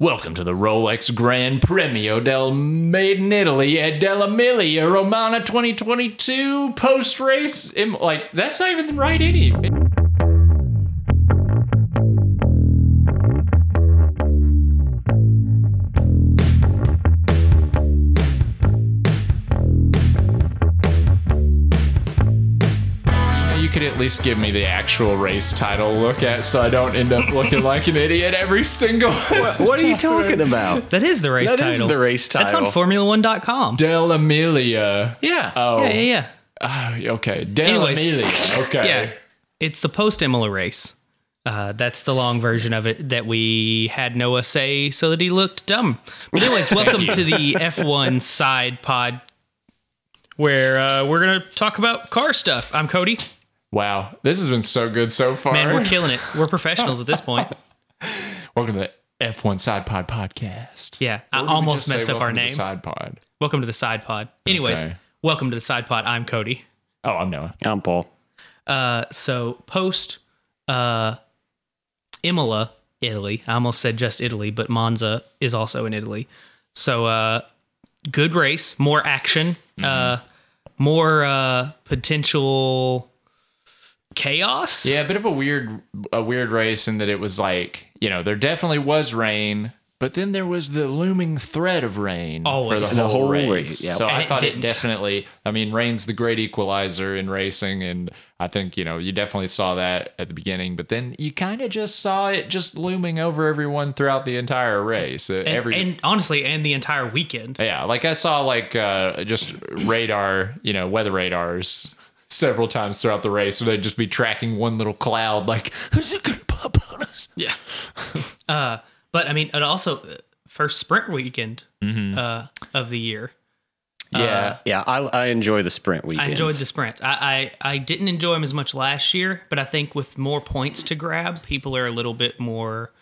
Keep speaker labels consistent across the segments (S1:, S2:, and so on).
S1: Welcome to the Rolex Grand Premio del Made in Italy at dell'Emilia Romana 2022 post race. Like, that's not even the right idiom. You could at least give me the actual race title look at so I don't end up looking like an idiot every single.
S2: What are you talking about?
S3: That is the race
S2: That
S3: title.
S2: is the race
S3: That's on
S2: title.
S3: Formula1.com.
S1: Del Amelia.
S3: yeah.
S1: Oh.
S3: Yeah, yeah, yeah.
S1: Ah, okay. Del
S3: Anyways.
S1: Amelia. Okay.
S3: Yeah. It's the post Imola race. Uh, that's the long version of it that we had Noah say so that he looked dumb. But, anyways, welcome to the F1 side pod where uh, we're going to talk about car stuff. I'm Cody.
S1: Wow. This has been so good so far.
S3: Man, we're killing it. We're professionals at this point.
S1: Welcome to the F1 Side Pod podcast.
S3: Yeah.
S1: Or
S3: I
S1: did we just
S3: almost
S1: say
S3: messed up our
S1: welcome to
S3: name.
S1: Side Pod.
S3: Welcome to the side pod. Anyways,
S1: Okay.
S3: welcome to the side pod. I'm Cody.
S1: Oh, I'm Noah.
S2: I'm Paul.
S3: Uh, so post uh, Imola, Italy. I almost said just Italy, but Monza is also in Italy. So uh, good race, more action, uh,
S1: Mm-hmm.
S3: more uh, potential chaos.
S1: Yeah, a bit of a weird, a weird race in that it was like you know there definitely was rain, but then there was the looming threat of rain
S3: Always.
S1: for the,
S3: The
S1: whole
S2: whole
S1: race.
S2: race, yeah.
S1: So
S3: And
S1: I
S3: it
S1: thought it
S3: didn't.
S1: definitely. I mean, rain's the great equalizer in racing, and I think you know you definitely saw that at the beginning, but then you kind of just saw it just looming over everyone throughout the entire race.
S3: And,
S1: Every
S3: and honestly, and the entire weekend.
S1: Yeah, like I saw like uh, just radar, you know, weather radars several times throughout the race, so they'd just be tracking one little cloud, like is it gonna pop on us?
S3: Yeah. uh, but I mean, it also uh, first sprint weekend
S1: Mm-hmm.
S3: uh, of the year.
S1: Yeah,
S2: Yeah, I, I enjoy the sprint weekends.
S3: I enjoyed the sprint. I, I, I didn't enjoy them as much last year, but I think with more points to grab, people are a little bit more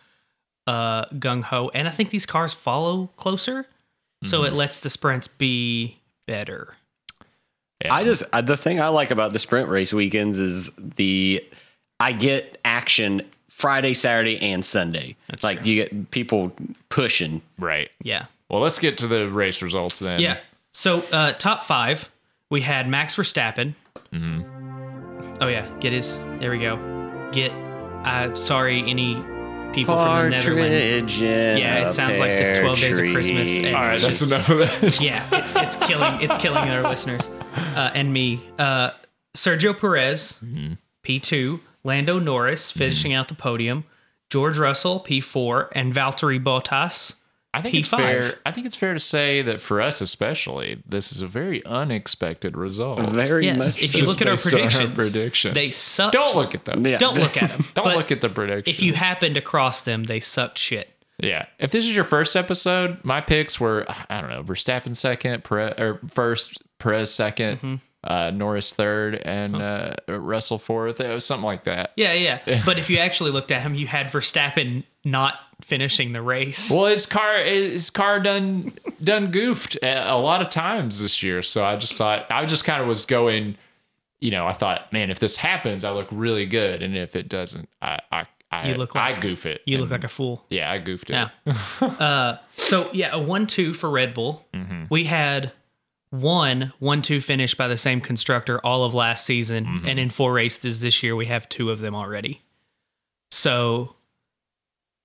S3: uh, gung ho. And I think these cars follow closer. So
S1: Mm-hmm.
S3: it lets the sprints be better.
S2: I just I, the thing I like about the sprint race weekends is the I get action Friday, Saturday, and Sunday. It's like you get people pushing.
S1: right.
S3: Yeah.
S1: Well, let's get to the race results then.
S3: Yeah. So uh, top five, we had Max Verstappen.
S1: Mm-hmm.
S3: Oh, yeah. Get his. There we go. Get. I'm sorry, any people from the Netherlands.
S2: in
S3: Yeah,
S2: a
S3: it sounds like the
S2: pear
S3: 12 Days of Christmas
S2: tree.
S3: and-
S1: All right, that's
S3: Jeez.
S1: enough of that.
S3: yeah, it's it's killing it's killing our listeners uh, and me. Uh, Sergio Perez, P two, Lando Norris finishing out the podium, George Russell P four, and Valtteri Bottas.
S1: I think
S3: P
S1: it's
S3: five.
S1: fair. I think it's fair to say that for us, especially, this is a very unexpected result.
S2: Very
S3: Yes,
S2: much.
S3: if you
S2: so.
S3: look at our
S1: based on our
S3: predictions,
S1: predictions.
S3: they suck.
S1: Don't look at those.
S2: Yeah.
S3: Don't look at them.
S1: Don't
S3: But
S1: look at the predictions.
S3: If you happen to cross them, they sucked shit.
S1: Yeah. If this is your first episode, my picks were I don't know Verstappen second, Perez, or first Perez 2nd
S3: Mm-hmm.
S1: uh, Norris third, and uh, Russell fourth. It was something like that.
S3: Yeah, yeah. but if you actually looked at him, you had Verstappen not finishing the race.
S1: Well, his car his car done done goofed a a lot of times this year. So I just thought I just kind of was going, you know, I thought, man, if this happens, I look really good, and if it doesn't, I I I,
S3: You look
S1: I
S3: like-
S1: goof it.
S3: you look
S1: And-
S3: like a fool.
S1: yeah, I goofed it.
S3: Yeah. uh, so yeah, a one-two for Red Bull. We had one one-two finish by the same constructor all of last season, and in four races this year, we have two of them already. So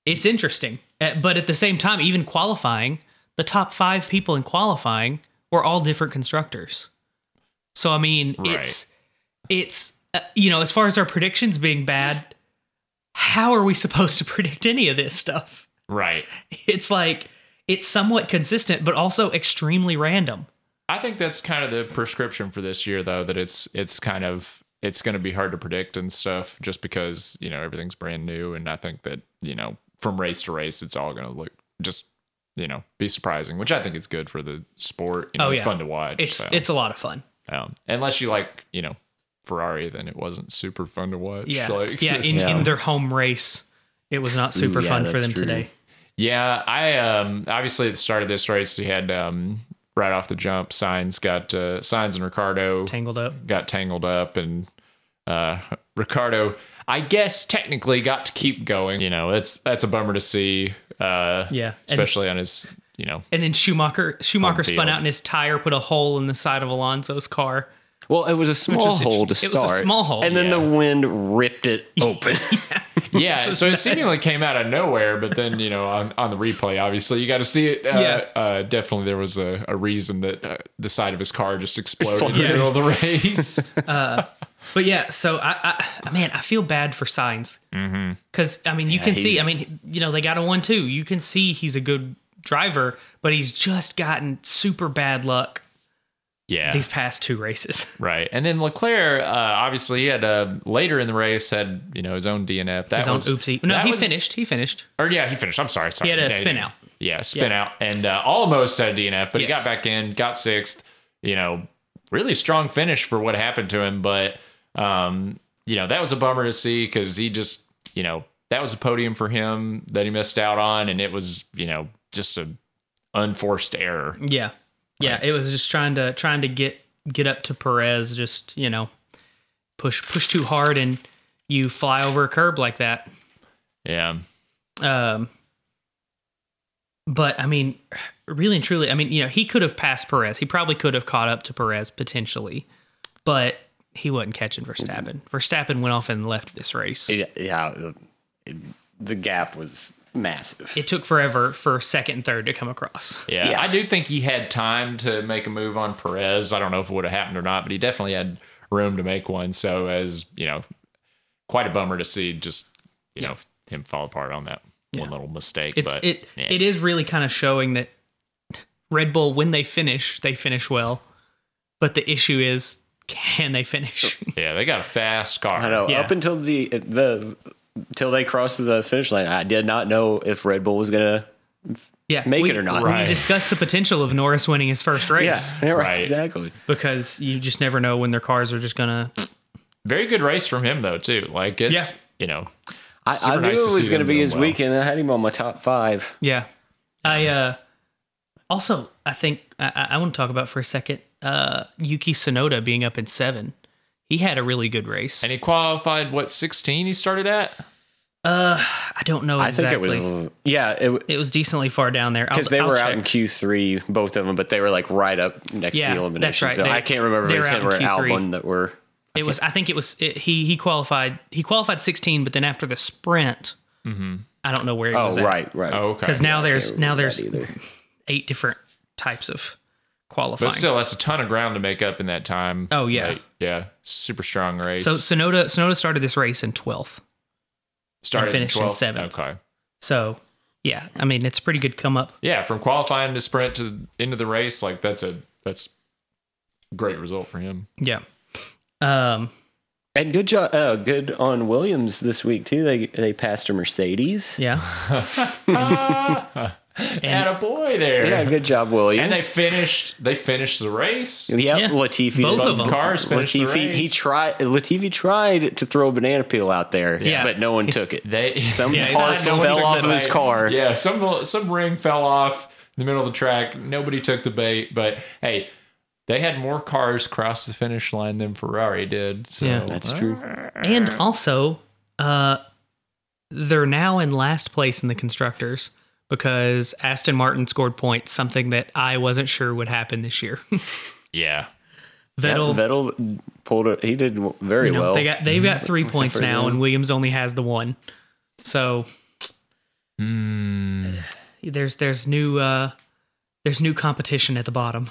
S3: it's interesting, Uh, but at the same time, even qualifying, the top five people in qualifying were all different constructors. So I mean,
S1: Right.
S3: it's it's uh, you know, as far as our predictions being bad, how are we supposed to predict any of this stuff?
S1: Right.
S3: it's like it's somewhat consistent but also extremely random
S1: I think that's kind of the prescription for this year, though. That it's it's kind of it's going to be hard to predict and stuff, just because you know everything's brand new, and I think that you know from race to race, it's all going to look just you know be surprising, which I think is good for the sport. You know,
S3: Oh,
S1: it's
S3: yeah.
S1: fun to watch.
S3: it's
S1: so,
S3: it's a lot of fun
S1: um, unless you like you know Ferrari, then it wasn't super fun to watch.
S3: yeah
S1: like,
S3: yeah, in,
S1: this-
S3: in their home race it was not super
S2: yeah,
S3: fun for
S2: that's
S3: them
S2: true.
S3: today
S1: Yeah, I um obviously at the start of this race, we had um right off the jump, signs got uh, signs and Ricardo
S3: tangled up
S1: got tangled up and uh Ricardo I guess technically got to keep going. You know, that's that's a bummer to see. uh,
S3: Yeah. And,
S1: especially on his, you know,
S3: and then Schumacher
S1: Home
S3: Schumacher spun
S1: field.
S3: out in his tire, put a hole in the side of Alonso's car.
S2: Well, it was a small
S3: is a-
S2: hole to
S3: it
S2: start.
S3: was a small hole,
S2: and then
S1: yeah.
S2: the wind ripped it open.
S1: yeah. So it
S3: nuts.
S1: seemingly came out of nowhere, but then you know, on, on the replay, obviously you got to see it. Uh,
S3: Yeah.
S1: uh, definitely, there was a, a reason that uh, the side of his car just exploded in the
S3: Yeah.
S1: middle of the race.
S3: But yeah, so I, I man, I feel bad for Signs
S1: Mm-hmm.
S3: because I mean you can see, I
S2: he's-
S3: mean you know they got a one two. You can see he's a good driver, but he's just gotten super bad luck
S1: yeah,
S3: these past two races.
S1: Right. And then Leclerc, uh, obviously, he had uh, later in the race had you know his own DNF. That
S3: His own
S1: was
S3: oopsie. No,
S1: that
S3: he
S1: was-
S3: finished. He finished.
S1: Or yeah, he finished. I'm sorry. sorry.
S3: He had a
S1: Yeah,
S3: spin
S1: yeah.
S3: out.
S1: Yeah, spin out, and uh, almost had a DNF, but he got
S3: Yes.
S1: back in, got sixth. You know, really strong finish for what happened to him, but um, you know that was a bummer to see because he just you know that was a podium for him that he missed out on, and it was you know just a unforced error.
S3: Yeah, yeah. It was just trying to trying to get get up to Perez. Just you know, push push too hard and you fly over a curb like that.
S1: Yeah.
S3: Um, but I mean, really and truly, I mean, you know, he could have passed Perez. He probably could have caught up to Perez potentially, but he wasn't catching Verstappen. Verstappen went off and left this race.
S2: yeah, yeah, the- it- the gap was massive.
S3: It took forever for second and third to come across.
S1: Yeah,
S2: Yeah.
S1: I do think he had time to make a move on Perez. I don't know if it would have happened or not, but he definitely had room to make one. So as you know, quite a bummer to see just you know him fall apart on that one little mistake.
S3: It's
S1: but
S3: it
S1: yeah.
S3: it is really kind of showing that Red Bull when they finish, they finish well. But the issue is can they finish?
S1: yeah, they got a fast car.
S2: I know.
S3: Yeah.
S2: Up until the the till they crossed the finish line, I did not know if Red Bull was gonna.
S3: yeah.
S2: Make
S3: we,
S2: it or not.
S3: We
S1: Right.
S3: discussed the potential of Norris winning his first race.
S2: Yeah, right,
S1: Right.
S2: exactly.
S3: because you just never know when their cars are just gonna.
S1: Very good race from him though too. Like it's
S3: Yeah.
S1: you know
S2: I, I
S1: Super
S2: knew
S1: nice to
S2: it was
S1: see
S2: gonna
S1: them
S2: be
S1: doing
S2: his
S1: well.
S2: weekend. I had him on my top five.
S3: Yeah, I uh, also I think I, I want to talk about for a second uh, Yuki Tsunoda being up in seven. He had a really good race.
S1: and he qualified what sixteen he started at.
S3: I don't know. Exactly.
S2: I think it was. Yeah, it
S3: It was decently far down there
S2: because they
S3: I'll,
S2: were
S3: I'll
S2: out
S3: check.
S2: in Q three, both of them, but they were like right up next
S3: Yeah,
S2: to the elimination.
S3: that's right.
S2: So
S3: They-
S2: I can't remember if
S3: they
S2: it was
S3: were out
S2: him or
S3: in Q3.
S2: Albon that were.
S3: It was. I think it was. It, he he qualified. He qualified 16, but then after the sprint, I don't know where he
S2: Oh,
S3: was at.
S2: right, right.
S1: Oh, okay.
S3: Because now there's now there's
S2: either.
S3: eight different types of qualifying.
S1: but still, that's a ton of ground to make up in that time.
S3: Oh, yeah.
S1: Like, yeah, super strong race.
S3: so Sonoda Sonoda started this race in 12th.
S1: started
S3: finished in
S1: 12th.
S3: seventh.
S1: Okay,
S3: So, yeah, I mean, it's a pretty good come up.
S1: yeah, from qualifying to sprint to the end of the race, like that's a that's a great result for him.
S3: Yeah. Um,
S2: And good job, uh, good on Williams this week too. They they passed a Mercedes.
S3: yeah.
S1: And a boy there.
S2: Yeah, good job,
S1: and
S2: Williams.
S1: they finished they finished the race.
S2: yep,
S3: Yeah.
S2: Latifi.
S3: Both of them.
S1: Cars finished the
S2: Latifi. He
S1: race.
S2: tried. Latifi tried to throw a banana peel out there,
S3: Yeah.
S2: but no one took it.
S1: They
S2: Some
S1: yeah,
S2: parts
S1: no one
S2: fell
S1: took
S2: off
S1: the
S2: of his
S1: bait.
S2: car.
S1: Yeah, some some ring fell off in the middle of the track. Nobody took the bait, but hey, they had more cars cross the finish line than Ferrari did. So uh,
S3: Yeah.
S2: That's true.
S3: And also, uh, they're now in last place in the constructors because Aston Martin scored points, something that I wasn't sure would happen this year.
S1: yeah.
S2: Yeah,
S3: Vettel,
S2: Vettel pulled it. He did very
S3: you know,
S2: well.
S3: they got they've got three points
S2: for
S3: now,
S2: them.
S3: and Williams only has the one. So there's there's new uh, there's new competition at the bottom.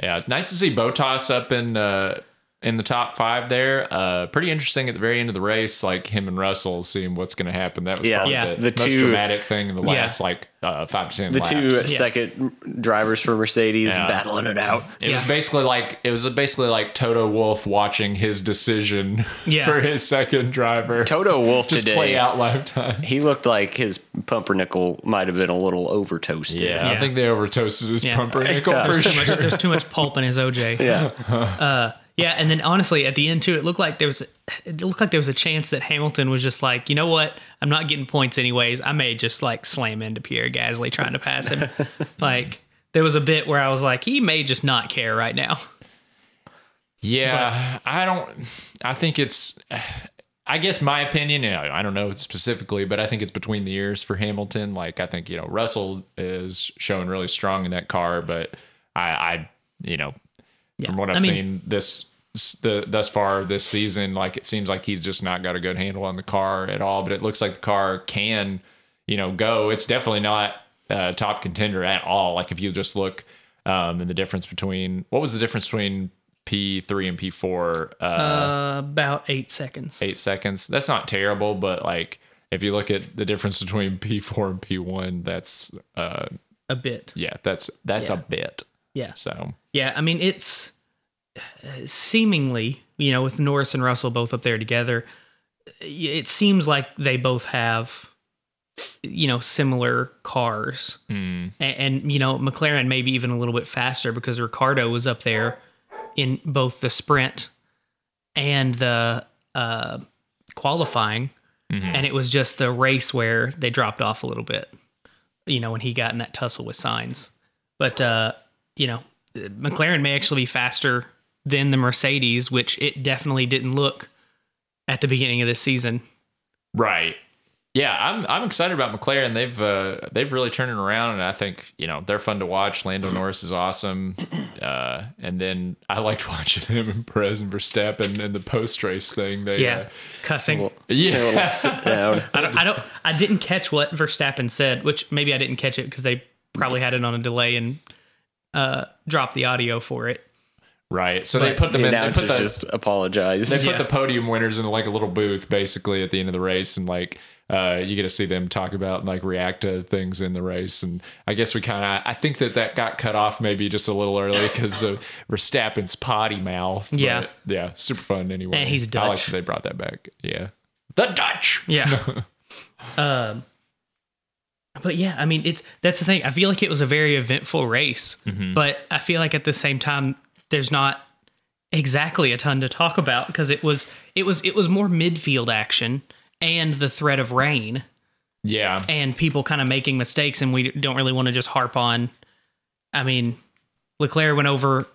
S1: Yeah, nice to see Botas up in uh, in the top five there. Uh, pretty interesting at the very end of the race, like him and Russell seeing what's going to happen. That was
S2: Yeah.
S1: probably
S3: Yeah.
S1: the,
S2: The
S1: most
S2: two-
S1: dramatic thing in the last like uh, five to ten
S2: the
S1: laps.
S2: two second drivers for Mercedes
S1: Yeah.
S2: battling it out.
S1: It was
S3: Yeah.
S1: basically like it was basically like Toto Wolf watching his decision
S3: Yeah.
S1: for his second driver
S2: Toto Wolf
S1: just
S2: today.
S1: play out lifetime.
S2: He looked like his pumpernickel might have been a little over toasted.
S1: Yeah, I
S3: Yeah.
S1: think they over toasted his
S3: Yeah.
S1: pumpernickel
S2: Yeah.
S1: for
S3: There's too,
S1: sure.
S3: much, there's too much pulp in his OJ.
S2: Yeah.
S3: Yeah, and then honestly, at the end too, it looked like there was it looked like there was a chance that Hamilton was just like, you know what, I'm not getting points anyways. I may just like slam into Pierre Gasly trying to pass him. like there was a bit where I was like, he may just not care right now.
S1: Yeah, I don't. I think it's. I guess my opinion, you know, I don't know specifically, but I think it's between the ears for Hamilton. Like I think you know Russell is showing really strong in that car, but I, I you know, from what
S3: I
S1: I've
S3: mean-
S1: seen this the thus far this season, like it seems like he's just not got a good handle on the car at all. But it looks like the car can, you know, go. It's definitely not a top contender at all. Like if you just look um in the difference between what was the difference between P three and P four
S3: Uh, about eight seconds.
S1: eight seconds. That's not terrible, but like if you look at the difference between P4 and P1, that's uh
S3: A bit.
S1: yeah, that's that's a bit.
S3: Yeah.
S1: So
S3: Yeah, I mean it's uh, seemingly, you know, with Norris and Russell both up there together, it seems like they both have you know similar cars. A- And, you know, McLaren maybe even a little bit faster because Ricardo was up there in both the sprint and the uh qualifying and it was just the race where they dropped off a little bit. You know, when he got in that tussle with signs. But uh, you know, McLaren may actually be faster than the Mercedes, which it definitely didn't look at the beginning of this season.
S1: Right. Yeah, I'm I'm excited about McLaren. They've uh, they've really turned it around, and I think you know they're fun to watch. Lando Norris is awesome, uh, and then I liked watching him and Perez and Verstappen and the post race thing. They
S3: Yeah,
S1: uh,
S3: cussing.
S1: yeah,
S2: A little sit down.
S3: I don't, I don't. I didn't catch what Verstappen said, which maybe I didn't catch it because they probably had it on a delay and uh, dropped the audio for it.
S1: right. So they
S3: But
S1: put them
S2: The
S1: in. They
S2: announcers
S1: put the,
S2: just apologize.
S1: They
S3: Yeah.
S1: put the podium winners in like a little booth basically at the end of the race and like uh, you get to see them talk about and like react to things in the race and i guess we kind of i think that that got cut off maybe just a little early because of verstappen's potty mouth but
S3: Yeah.
S1: yeah super fun anyway
S3: And he's
S1: i like
S3: Dutch.
S1: that they brought that back yeah the dutch
S3: Yeah. um, but yeah, I mean, it's that's the thing. I feel like it was a very eventful race, but I feel like at the same time, there's not exactly a ton to talk about because it was it was it was more midfield action and the threat of rain
S1: yeah
S3: and people kind of making mistakes, and we don't really want to just harp on. I mean, Leclerc went over,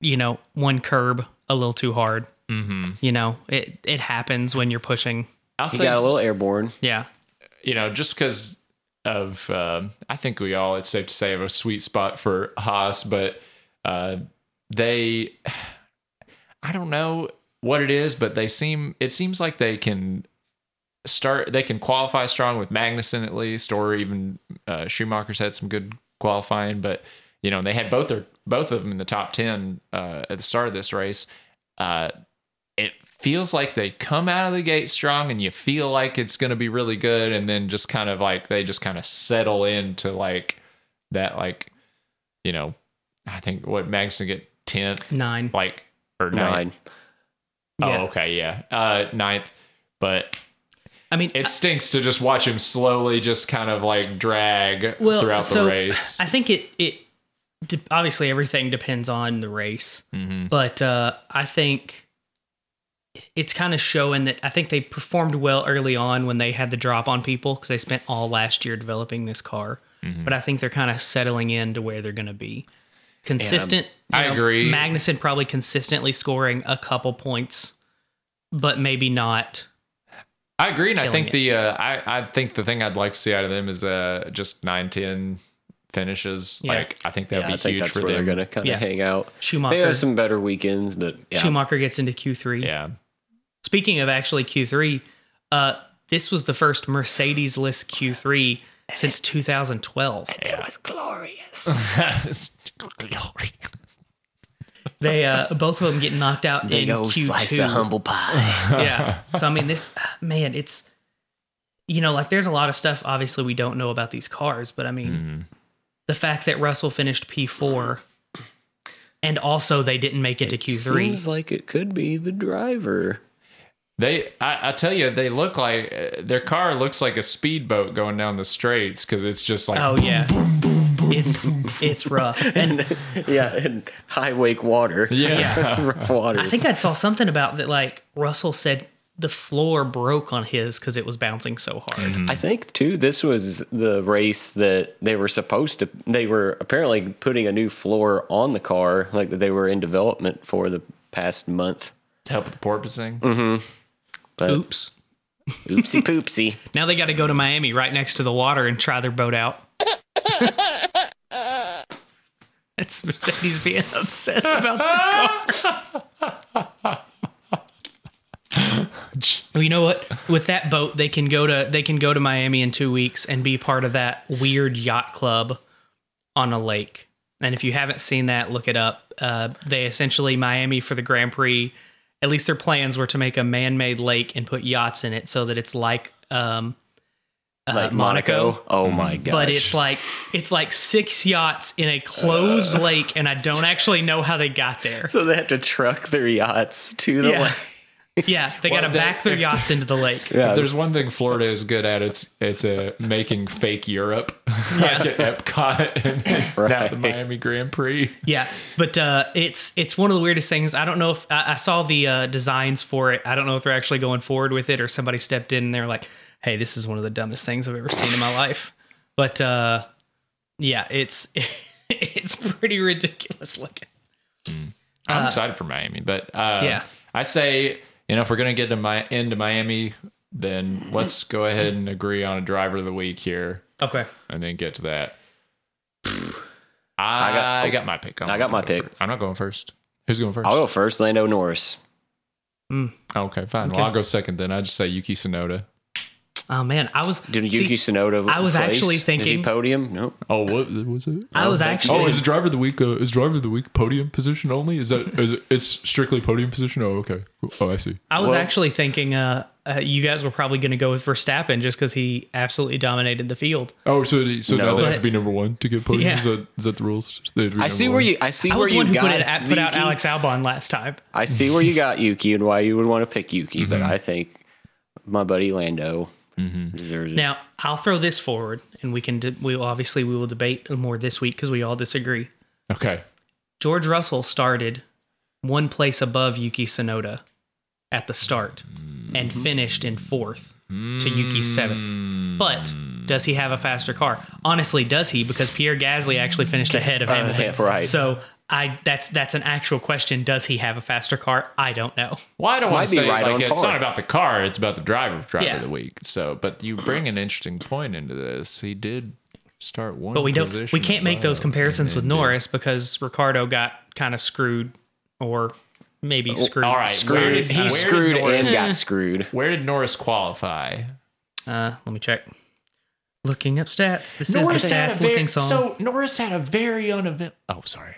S3: you know, one curb a little too hard. Mm-hmm. You know, it it happens when you're pushing.
S1: i'll
S2: He
S1: say
S2: got a little airborne.
S3: Yeah.
S1: you know, just because of, um I think we all, it's safe to say, have a sweet spot for Haas, but uh, they, I don't know what it is, but they seem, it seems like they can start, they can qualify strong with Magnussen at least, or even uh, Schumacher's had some good qualifying, but, you know, they had both their, both of them in the top 10 uh, at the start of this race. Uh, it feels like they come out of the gate strong and you feel like it's going to be really good and then just kind of like they just kind of settle into like that like you know i think what magnuson get 10th
S3: Nine.
S1: like or ninth. Oh,
S2: Nine.
S3: Yeah.
S1: okay yeah uh ninth but
S3: I mean,
S1: it stinks to just watch him slowly just kind of like drag
S3: Well,
S1: throughout
S3: so,
S1: the race
S3: I think it it de- obviously everything depends on the race,
S1: Mhm.
S3: but uh, I think it's kind of showing that I think they performed well early on when they had the drop on people because they spent all last year developing this car.
S1: Mm-hmm.
S3: But I think they're kind of settling in to where they're going to be consistent.
S1: um, I agree.
S3: Magnuson probably consistently scoring a couple points, but maybe not.
S1: I agree, and I
S3: killing
S1: think the uh, I I think the thing I'd like to see out of them is uh just 9-10 finishes.
S3: Yeah.
S1: Like I think that'd
S2: Yeah,
S1: be
S2: I think
S1: huge
S2: that's
S1: for
S2: where
S1: them.
S2: they're gonna kind of
S3: Yeah.
S2: hang out.
S3: Schumacher.
S2: They have some better weekends, but yeah,
S3: Schumacher gets into Q three.
S1: Yeah,
S3: Speaking of actually Q3, uh, this was the first Mercedes list Q3 since 2012. They uh, both of them get knocked out in
S2: big old
S3: Q2.
S2: slice of humble pie.
S3: yeah. So I mean, this uh, man, it's you know, like there's a lot of stuff obviously we don't know about these cars, but I mean, the fact that Russell finished P4 and also they didn't make it, to Q3.
S2: Seems like it could be the driver.
S1: They, I, I tell you, they look like uh, their car looks like a speedboat going down the straits because it's just like
S3: oh yeah. it's it's rough. And
S2: Yeah, and high wake water.
S1: yeah,
S2: Rough waters.
S3: I think I saw something about that. Like Russell said, the floor broke on his because it was bouncing so hard.
S2: I think too. This was the race that they were supposed to. They were apparently putting a new floor on the car, like that they were in development for the past month.
S1: to help with the porpoising.
S2: But
S3: Oops.
S2: oopsie poopsie.
S3: Now they got to go to Miami right next to the water and try their boat out. That's Mercedes being upset about their car. Well, you know what? With that boat, they can go to they can go to Miami in two weeks and be part of that weird yacht club on a lake. And if you haven't seen that, look it up. Uh, they essentially Miami for the Grand Prix. At least their plans were to make a man-made lake and put yachts in it so that it's like um, uh,
S2: Like Monaco. Oh my gosh.
S3: But it's like it's like six yachts in a closed lake, and I don't actually know how they got there.
S2: so they have to truck their yachts to the
S3: Yeah.
S2: lake.
S3: Yeah, they got to
S1: they-
S3: back their yachts into the lake.
S1: If there's one thing Florida is good at, it's it's uh, making fake Europe, like at Epcot and then now the
S2: Right.
S1: Miami Grand Prix.
S3: Yeah, but uh, it's it's one of the weirdest things. I don't know if I, I saw the uh, designs for it. I don't know if they're actually going forward with it or somebody stepped in and they're like, "Hey, this is one of the dumbest things I've ever seen in my life." But uh, yeah, it's it's pretty ridiculous looking.
S1: I'm excited for Miami, but uh,
S3: yeah.
S1: I say you know if we're gonna get to my into Miami, then let's go ahead and agree on a driver of the week here,
S3: Okay,
S1: and then get to that. I got,
S2: got-
S1: my pick. I'm
S2: I
S1: not
S2: got my
S1: going
S2: pick.
S1: first. I'm not going first. Who's going 1st
S2: I'll go first. Lando Norris.
S1: okay, fine. Well, I'll go second then. I just say Yuki Tsunoda.
S3: oh man, I was
S2: Did
S3: see,
S2: Yuki Tsunoda?
S3: I was
S2: place?
S3: actually
S2: Did he
S3: thinking-
S2: podium? Nope.
S1: Oh, what was it?
S3: I was
S1: Oh,
S3: actually
S1: is driver of the week? Uh, is driver of the week podium position only? Is that is it, it's strictly podium position? Oh, okay. Oh, I see.
S3: I was
S2: Well-
S3: actually thinking uh, uh, you guys were probably going to go with Verstappen just because he absolutely dominated the field.
S1: Oh, so the- so now
S2: No.
S1: they have to be number one to get podium.
S3: Yeah.
S1: Is, that, is that the rules? They have to be
S2: I see
S1: number
S2: where
S1: one.
S2: you. I see
S3: I
S2: where
S3: was the
S2: you
S3: one who put,
S2: got.
S3: it, at- put out
S2: Yuki.
S3: Alex Albon last time.
S2: I see where you got Yuki and why you would want to pick Yuki, but
S3: Mm-hmm.
S2: I think my buddy Lando deserves it.
S3: Now I'll throw this forward, and we can de- we will obviously we will debate more this week because we all disagree.
S1: Okay.
S3: George Russell started one place above Yuki Sonoda at the start and finished in fourth to Yuki's seventh. But does he have a faster car? Honestly, does he? Because Pierre Gasly actually finished ahead of Hamilton.
S2: yeah, right.
S3: So I that's that's an actual question. Does he have a faster car? I don't know.
S1: Well, I don't want
S2: Might
S1: to
S2: be
S1: say
S2: right
S1: like
S2: on
S1: it's
S2: par.
S1: not about the car; it's about the driver, driver
S3: Yeah.
S1: of the week. So, but you bring an interesting point into this. He did start one,
S3: But we don't we can't make those comparisons with Norris because Ricardo got kind of screwed or maybe screwed.
S1: Oh, all right.
S3: Screwed.
S2: screwed.
S1: Where-
S2: He
S1: where did
S2: screwed and
S1: Norris-
S2: got screwed.
S1: Where did Norris qualify?
S3: Uh, let me check. Looking up stats. This is the stats looking song.
S1: so Norris had a very unevent. Oh, sorry.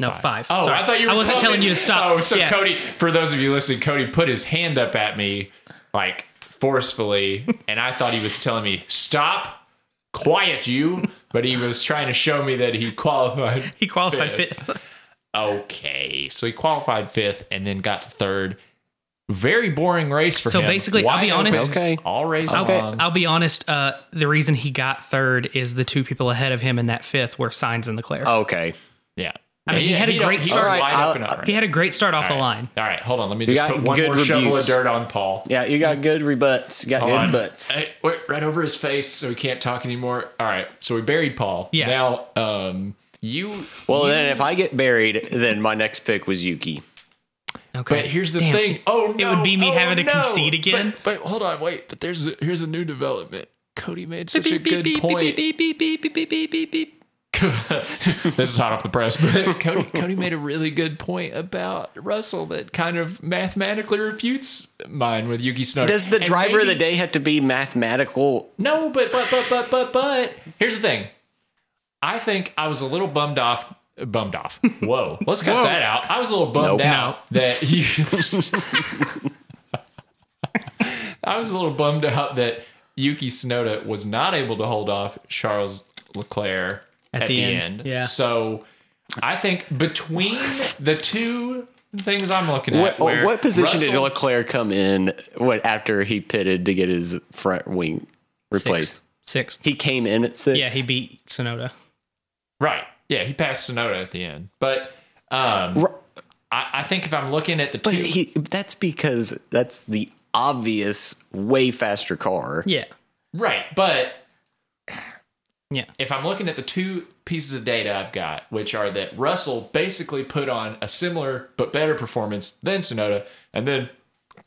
S3: no, five.
S1: Oh,
S3: Sorry.
S1: I thought you were
S3: I wasn't telling
S1: me-
S3: you to stop.
S1: Oh, so
S3: Yeah.
S1: Cody, for those of you listening, Cody put his hand up at me like forcefully, and I thought he was telling me, stop, quiet you, but he was trying to show me that he qualified.
S3: He qualified fifth.
S1: Okay. So he qualified fifth and then got to third. Very boring race for
S3: So
S1: him.
S3: basically, I'll be
S1: Wide
S3: honest-
S1: open
S2: Okay.
S1: All race
S2: Okay.
S1: long.
S3: I'll be honest. Uh, the reason he got third is the two people ahead of him in that fifth were Signs and Leclerc.
S1: Oh,
S2: Okay.
S1: yeah.
S3: I mean, he had a
S1: don't-
S3: great
S1: he was
S3: start.
S1: wide
S2: All right,
S1: open
S2: I'll-
S1: up front.
S3: He had a great start off the line.
S1: All right, hold on. Let me
S2: You
S1: just
S2: got
S1: put one
S2: good
S1: more shovel of
S2: reviews.
S1: dirt on Paul.
S2: Yeah, you got good rebuts. You got
S1: Hold on.
S2: good butts.
S1: Hey, wait, right over his face, so he can't talk anymore. All right, so we buried Paul.
S3: Yeah.
S1: Now, um, you.
S2: Well, then if I get buried, then my next pick was Yuki.
S3: Okay.
S1: But here's the
S3: Damn.
S1: thing. Oh
S3: It
S1: no!
S3: would be me
S1: oh,
S3: having to
S1: no.
S3: concede again.
S1: But, but hold on, wait. But there's a, here's a new development. Cody made such a
S2: Beep, beep,
S1: good
S2: beep,
S1: point.
S2: beep, beep, beep, beep, beep, beep, beep, beep, beep.
S1: this is hot off the press, but Cody Cody made a really good point about Russell that kind of mathematically refutes mine with Yuki Snow.
S2: Does the driver of the day have to be mathematical?
S1: No, but but but but but but here's the thing. I think I was a little bummed off. Bummed off. Whoa, let's cut that out. I was a little bummed
S2: Nope.
S1: out that you. I was a little bummed out that Yuki Tsunoda was not able to hold off Charles Leclerc at, the, end.
S3: yeah.
S1: So I think between the two things I'm looking at,
S2: What, oh,
S1: where
S2: what position did
S1: Russell-
S2: Leclerc come in what, after he pitted to get his front wing replaced?
S3: Sixth. Sixth.
S2: He came in at six.
S3: Yeah, he beat Sonoda.
S1: Right. Yeah, he passed Sonoda at the end, but. Um,
S2: Ru-
S1: I, I think if I'm looking at the
S2: But
S1: two,
S2: he, that's because that's the obvious, way faster car.
S3: Yeah.
S1: right, but
S3: Yeah.
S1: if I'm looking at the two pieces of data I've got, which are that Russell basically put on a similar but better performance than Sonoda, and then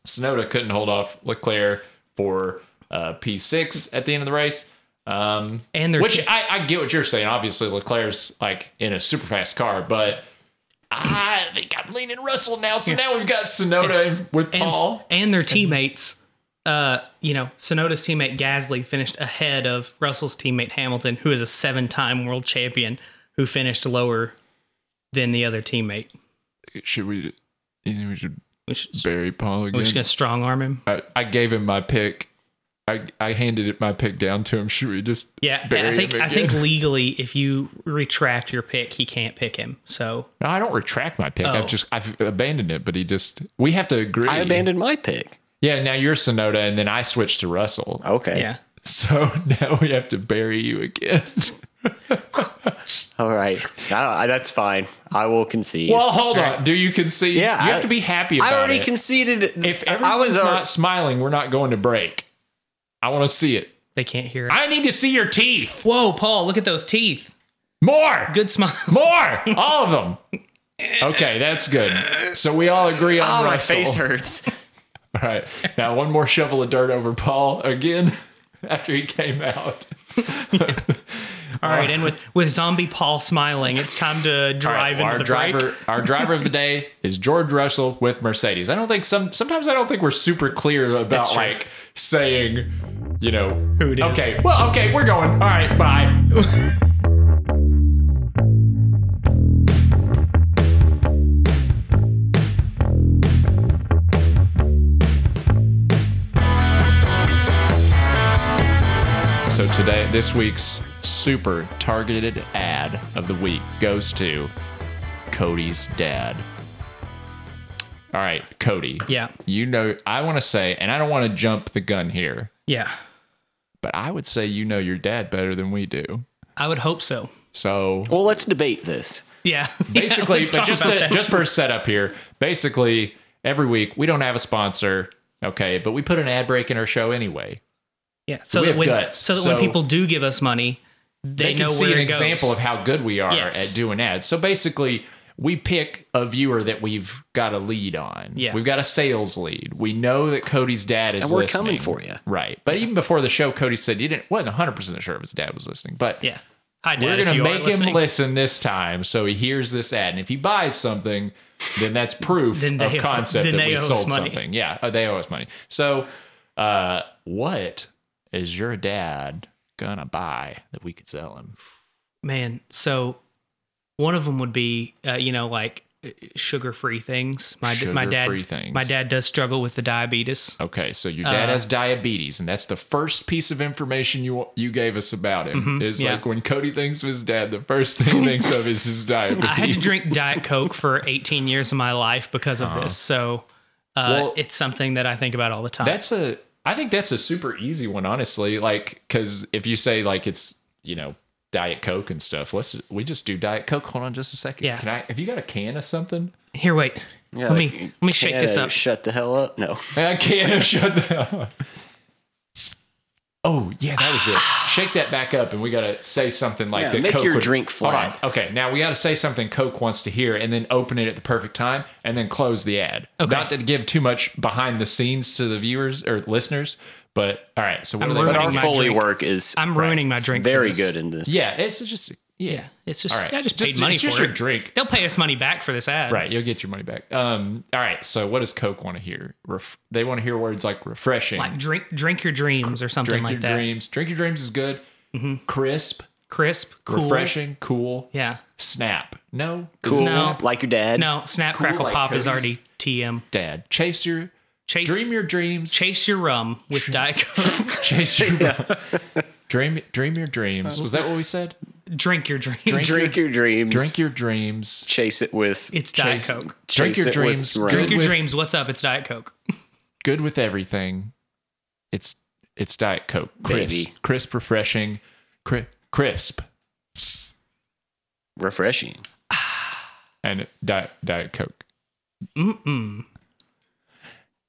S1: Sonoda couldn't hold off Leclerc for uh, P6 at the end of the race. Um,
S3: And they're
S1: which I, I get what you're saying. Obviously, Leclerc's like in a super fast car, but I think I'm leaning Russell now. So now we've got Sonoda with
S3: and,
S1: Paul.
S3: and their teammates. Uh, you know, Sonoda's teammate Gasly finished ahead of Russell's teammate Hamilton, who is a seven-time world champion, who finished lower than the other teammate.
S1: Should we? You think we should
S3: We should-
S1: bury Paul again?
S3: We're just gonna strong arm him.
S1: I, I gave him my pick. I, I handed it my pick down to him. Should we just
S3: Yeah,
S1: bury
S3: I think
S1: him
S3: I
S1: again?
S3: think legally, if you retract your pick, he can't pick him. So
S1: No, I don't retract my pick.
S3: Oh.
S1: I've just I've abandoned it. But he just we have to agree.
S2: I abandoned my pick.
S1: Yeah, now you're Sonoda, and then I switched to Russell.
S2: Okay.
S3: yeah,
S1: So now we have to bury you again.
S2: All right. I, I- that's fine. I will concede.
S1: Well, hold on. Do you concede?
S2: Yeah,
S1: you have
S2: I-
S1: to be happy about
S2: I already
S1: it.
S2: conceded.
S1: if
S2: I
S1: everyone's
S2: was uh,
S1: not
S2: not,
S1: smiling, we're not going to break. I want to see it.
S3: they can't hear. It.
S1: I need to see your teeth.
S3: Whoa, Paul! Look at those teeth.
S1: More.
S3: Good smile.
S1: More. All of them. Okay, that's good. So we all agree on
S2: oh, my
S1: Russell.
S2: face hurts.
S1: All right. Now one more shovel of dirt over Paul again after he came out.
S3: All right, and with with zombie Paul smiling, it's time to
S1: All right,
S3: drive
S1: well,
S3: into
S1: our
S3: the
S1: driver,
S3: break.
S1: our driver of the day is George Russell with Mercedes. I don't think some sometimes I don't think we're super clear
S3: That's
S1: about
S3: true.
S1: like saying, you know,
S3: Who it is.
S1: Okay, well, okay, we're going. All right, bye. So today, this week's super targeted ad of the week goes to Cody's dad. All right, Cody.
S3: Yeah,
S1: You know, I want to say, and I don't want to jump the gun here,
S3: yeah.
S1: but I would say you know your dad better than we do.
S3: I would hope so.
S1: So
S2: Well, let's debate this.
S3: Yeah.
S1: basically,
S3: yeah, let's
S1: but
S3: talk
S1: just
S3: about
S1: to,
S3: that.
S1: just for a setup here, basically every week we don't have a sponsor, okay, but we put an ad break in our show anyway.
S3: yeah. So
S1: we
S3: that
S1: have
S3: when
S1: guts,
S3: so that
S1: so-
S3: when people do give us money,
S1: they
S3: they, know
S1: can see
S3: where
S1: an
S3: it goes.
S1: example of how good we are
S3: Yes.
S1: at doing ads. So basically, we pick a viewer that we've got a lead on.
S3: Yeah.
S1: We've got a sales lead. We know that Cody's dad is
S2: And we're
S1: listening.
S2: coming for you.
S1: Right. But even before the show, Cody said he didn't wasn't 100% sure if his dad was listening. But
S3: yeah. Hi, Dad.
S1: we're
S3: if
S1: going
S3: you
S1: to
S3: are
S1: make him
S3: listening.
S1: listen this time so he hears this ad. And if he buys something, then that's proof
S3: Then they
S1: of
S3: owe-
S1: concept
S3: then
S1: that
S3: they
S1: we
S3: owe us
S1: sold
S3: money.
S1: something. Yeah, uh, they owe us money. So, uh, what is your dad going to buy that we could sell him?
S3: Man, so one of them would be, uh, you know, like sugar-free things. My my dad,
S1: Sugar-free things.
S3: my dad does struggle with the diabetes.
S1: Okay, so your
S3: Uh,
S1: dad has diabetes, and that's the first piece of information you you gave us about him. is
S3: Mm-hmm, yeah.
S1: like when Cody thinks of his dad, the first thing he thinks of is his diabetes.
S3: I had to drink Diet Coke for 18 years of my life because of
S1: Uh-huh.
S3: this. So uh,
S1: Well-
S3: it's something that I think about all the time.
S1: That's a I think that's a super easy one, honestly. Like because if you say like it's you know Diet Coke and stuff, let's we just do Diet Coke. Hold on, just a second.
S3: Yeah.
S1: Can I? Have you got a can of something?
S3: Here, wait.
S2: Yeah,
S3: let
S2: like,
S3: me let me shake
S2: can
S3: this
S2: I
S3: up.
S2: Shut the hell up. No.
S1: I can't shut that. Oh yeah, that was it. Shake that back up, and we gotta say something like
S2: Yeah,
S1: that.
S2: make
S1: Coke
S2: your
S1: would-
S2: drink
S1: Hold on.
S2: flat.
S1: Okay, now we gotta say something Coke wants to hear, and then open it at the perfect time, and then close the ad.
S3: Okay.
S1: Not to give too much behind the scenes to the viewers or listeners, but all right. So what
S3: I'm
S1: are they?
S2: But
S3: ruining
S1: buying?
S2: our
S3: my
S2: Foley
S3: drink.
S2: work is
S3: I'm ruining my drink. for
S2: very
S3: this.
S2: good in this.
S1: Yeah, it's just yeah.
S3: Yeah, it's just
S1: All right.
S3: I just paid
S1: Just-
S3: money
S1: it's
S3: for
S1: just
S3: it.
S1: your drink.
S3: They'll pay us money back for this ad.
S1: Right, you'll get your money back. Um, all right. So, what does Coke want to hear? Ref- they want to hear words like refreshing,
S3: Like drink drink your dreams or something
S1: drink
S3: like
S1: your
S3: that.
S1: dreams. Drink your dreams is good. Crisp,
S3: Crisp, cool.
S1: refreshing, cool.
S3: Yeah.
S1: Snap. No.
S2: Cool.
S3: No.
S2: Like your dad.
S3: No, snap
S1: Cool
S3: crackle
S1: like
S3: pop is
S1: Cody's.
S3: already TM.
S1: Dad. Chase your
S3: Chase
S1: dream your dreams.
S3: chase your rum with Diet Coke.
S1: Chase your dream dream your dreams. Was that what we said?
S3: drink your dreams.
S2: Drink your dreams.
S1: Drink your dreams.
S2: Chase it with.
S3: it's Diet
S1: chase-
S3: Coke.
S1: Drink
S2: Chase
S1: your
S2: it with
S1: dreams.
S2: rum.
S1: Good
S3: Drink your
S1: with-
S3: dreams. What's up? It's Diet Coke.
S1: good with everything. It's it's Diet Coke, crisp,
S2: Baby.
S1: crisp, refreshing, cri- crisp,
S2: refreshing.
S1: and Diet Diet Coke.
S3: Mm-mm.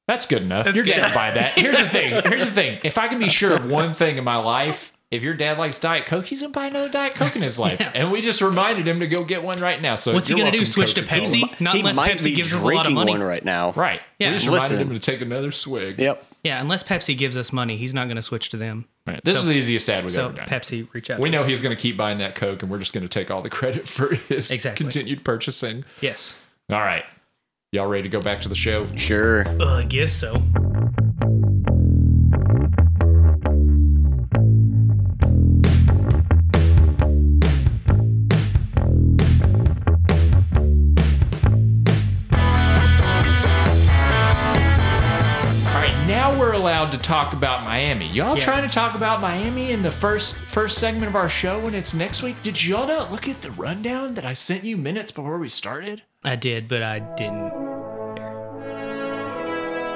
S1: That's good enough. You're
S3: good.
S1: getting by that. Here's the thing. Here's the thing. If I can be sure of one thing in my life, if your dad likes Diet Coke, he's gonna buy another Diet Coke in his life. And we we just reminded him to go get one right now. So
S3: What's he
S1: you're
S3: gonna do?
S1: welcome,
S3: Switch to
S1: Coca-Cola.
S3: Pepsi? Not
S2: he
S3: unless
S2: might
S3: Pepsi
S2: be
S3: gives us a
S2: drinking
S3: lot of money.
S2: one right now.
S1: Right.
S3: Yeah.
S1: We just reminded
S2: Listen.
S1: him to take another swig.
S2: Yep.
S3: Yeah, unless Pepsi gives us money, he's not going to switch to them.
S1: Right. This
S3: So-
S1: is the easiest ad we've
S3: So
S1: ever done.
S3: Pepsi, reach out.
S1: We
S3: to
S1: know
S3: us.
S1: he's going to keep buying that Coke, and we're just going to take all the credit for his
S3: Exactly.
S1: continued purchasing.
S3: Yes.
S1: All right. Y'all ready to go back to the show?
S2: Sure.
S3: Uh, I guess so.
S1: All right, now we're allowed to talk about Miami. Y'all
S3: Yeah.
S1: trying to talk about Miami in the first first segment of our show, and it's next week. Did y'all not look at the rundown that I sent you minutes before we started?
S3: I did, but I didn't. There.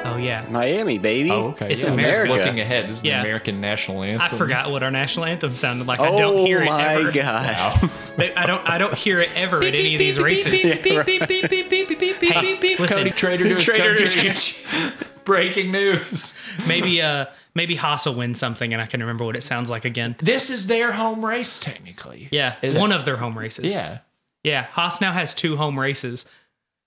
S3: Oh yeah,
S2: Miami, baby.
S1: Oh, okay.
S3: It's
S1: I'm just
S3: America.
S1: Looking ahead, this is
S3: Yeah.
S1: the American national anthem.
S3: I forgot what our national anthem sounded like. I
S2: Oh
S3: don't hear it
S2: my
S3: ever.
S2: god.
S3: They- I don't. I don't hear it ever at any of these races. Hey,
S1: Cody
S3: listen,
S1: Trader to his
S2: Traitor to his
S1: country. Breaking news.
S3: maybe uh, maybe Haas will win something, and I can remember what it sounds like again.
S1: This is their home race, technically.
S3: Yeah,
S1: Is-
S3: one of their home races.
S1: Yeah.
S3: yeah. Haas now has two home races,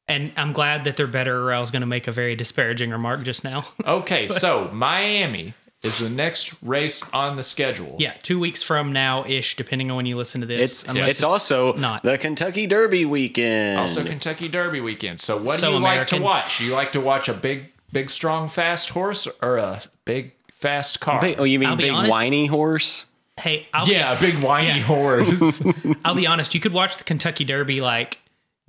S3: and I'm glad that they're better. Or I was going to make a very disparaging remark just now.
S1: Okay, so Miami is the next race on the schedule.
S3: yeah, two weeks from now ish, depending on when you listen to this.
S2: It's,
S3: unless
S2: it's also
S3: not.
S2: the Kentucky Derby weekend.
S1: Also Kentucky Derby weekend. So what
S3: So
S1: do you
S3: American.
S1: like to watch? You like to watch a big, big, strong, fast horse or a big, fast car?
S2: Wait, oh, you
S3: I'll
S2: mean
S3: be
S2: big
S3: honest.
S2: whiny horse?
S3: Hey, I'll be
S1: yeah, a big whiny horse.
S3: I'll be honest, you could watch the Kentucky Derby like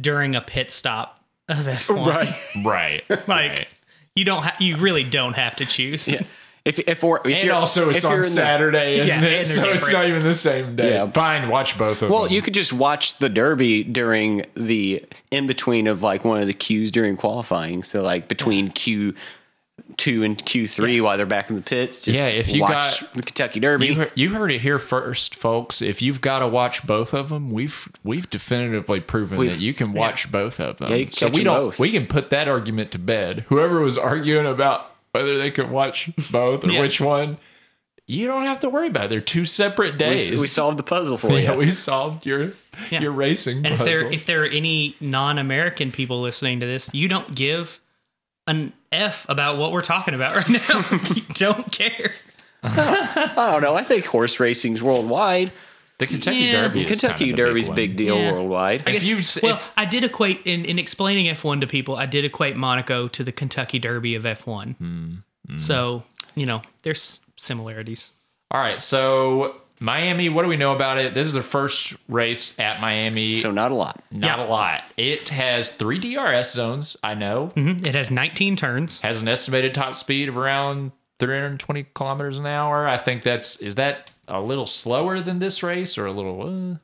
S3: during a pit stop of F1.
S1: right. Like
S3: Like you don't ha- you really don't have to choose.
S2: Yeah. If if or if
S1: And
S2: you're
S1: also
S2: if
S1: it's
S2: you're
S1: on
S2: in the-
S1: Saturday,
S3: Yeah,
S1: isn't
S3: and they're
S1: it? So it's
S3: different.
S1: not even the same day.
S2: Yeah.
S1: Fine, watch both of
S2: well,
S1: them.
S2: you could just watch the Derby during the in between of like one of the queues during qualifying. So like between Q two and Q three while they're back in the pits. Just
S1: Yeah, if you
S2: watch
S1: got-
S2: the Kentucky Derby.
S1: You, heard- you heard it here first, folks. If you've got to watch both of them, we've we've definitively proven
S2: We've-
S1: that you can watch both of them.
S2: Yeah, you can
S1: so
S2: catch
S1: we
S2: 'em
S1: don't.
S2: both.
S1: We can put that argument to bed. Whoever was arguing about whether they could watch both or
S3: Yeah.
S1: which one, you don't have to worry about. it. They're two separate
S2: we,
S1: days.
S2: we solved the puzzle for
S1: Yeah,
S2: you.
S1: we solved your
S3: Yeah.
S1: your racing
S3: And if
S1: puzzle.
S3: there if there are any non-American people listening to this, you don't give an F about what we're talking about right now. you don't care.
S2: I don't know. I think horse racing's worldwide.
S1: the Kentucky
S3: Yeah.
S1: Derby, is
S2: Kentucky
S1: kind of the
S2: Derby's
S1: one.
S2: big, deal
S3: Yeah.
S2: worldwide.
S3: I guess,
S1: you s-
S3: well,
S1: if-
S3: I did equate in, in explaining F1 to people, I did equate Monaco to the Kentucky Derby of F1.
S1: Hmm,
S3: So, you know, there's similarities.
S1: All right, so Miami. What do we know about it? This is the first race at Miami.
S2: so not a lot.
S1: Not a
S3: Yeah.
S1: lot. It has three DRS zones, I know.
S3: Mhm. It has 19 turns.
S1: Has an estimated top speed of around 320 kilometers an hour. I think that's, is that a little slower than this race or a little,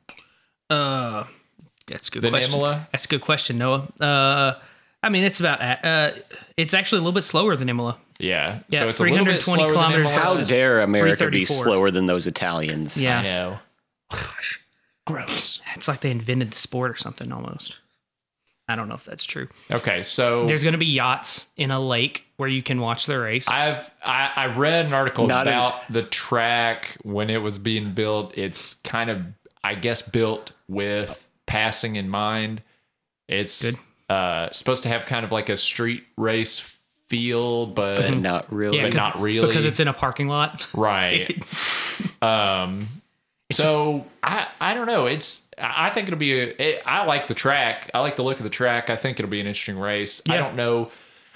S1: uh,
S3: Uh, that's a good
S1: Than
S3: question.
S1: Imola?
S3: That's a good question, Noah. Uh, I mean, it's about at, uh, it's actually a little bit slower than Imola.
S1: yeah.
S3: Yeah,
S1: so it's a little bit
S3: 320
S1: slower
S3: kilometers
S1: than
S3: per
S2: How
S1: Imola.
S3: hour. Versus
S2: dare America be
S3: 334.
S2: slower than those Italians?
S1: I
S3: Yeah,
S1: know. Gross.
S3: it's like they invented the sport or something almost. I don't know if that's true.
S1: Okay, so
S3: There's going to be yachts in a lake where you can watch the race.
S1: I've I, I read an article
S2: Not in-
S1: about the track when it was being built. It's kind of I guess built with passing in mind. It's
S3: Good.
S1: uh supposed to have kind of like a street race feel, but
S2: But not really.
S3: yeah,
S1: but
S3: 'cause-
S1: not really.
S3: because it's in a parking lot.
S1: right. um so I I don't know. It's I I think it'll be a it, I like the track. I like the look of the track. I think it'll be an interesting race. I
S3: Yeah.
S1: don't know.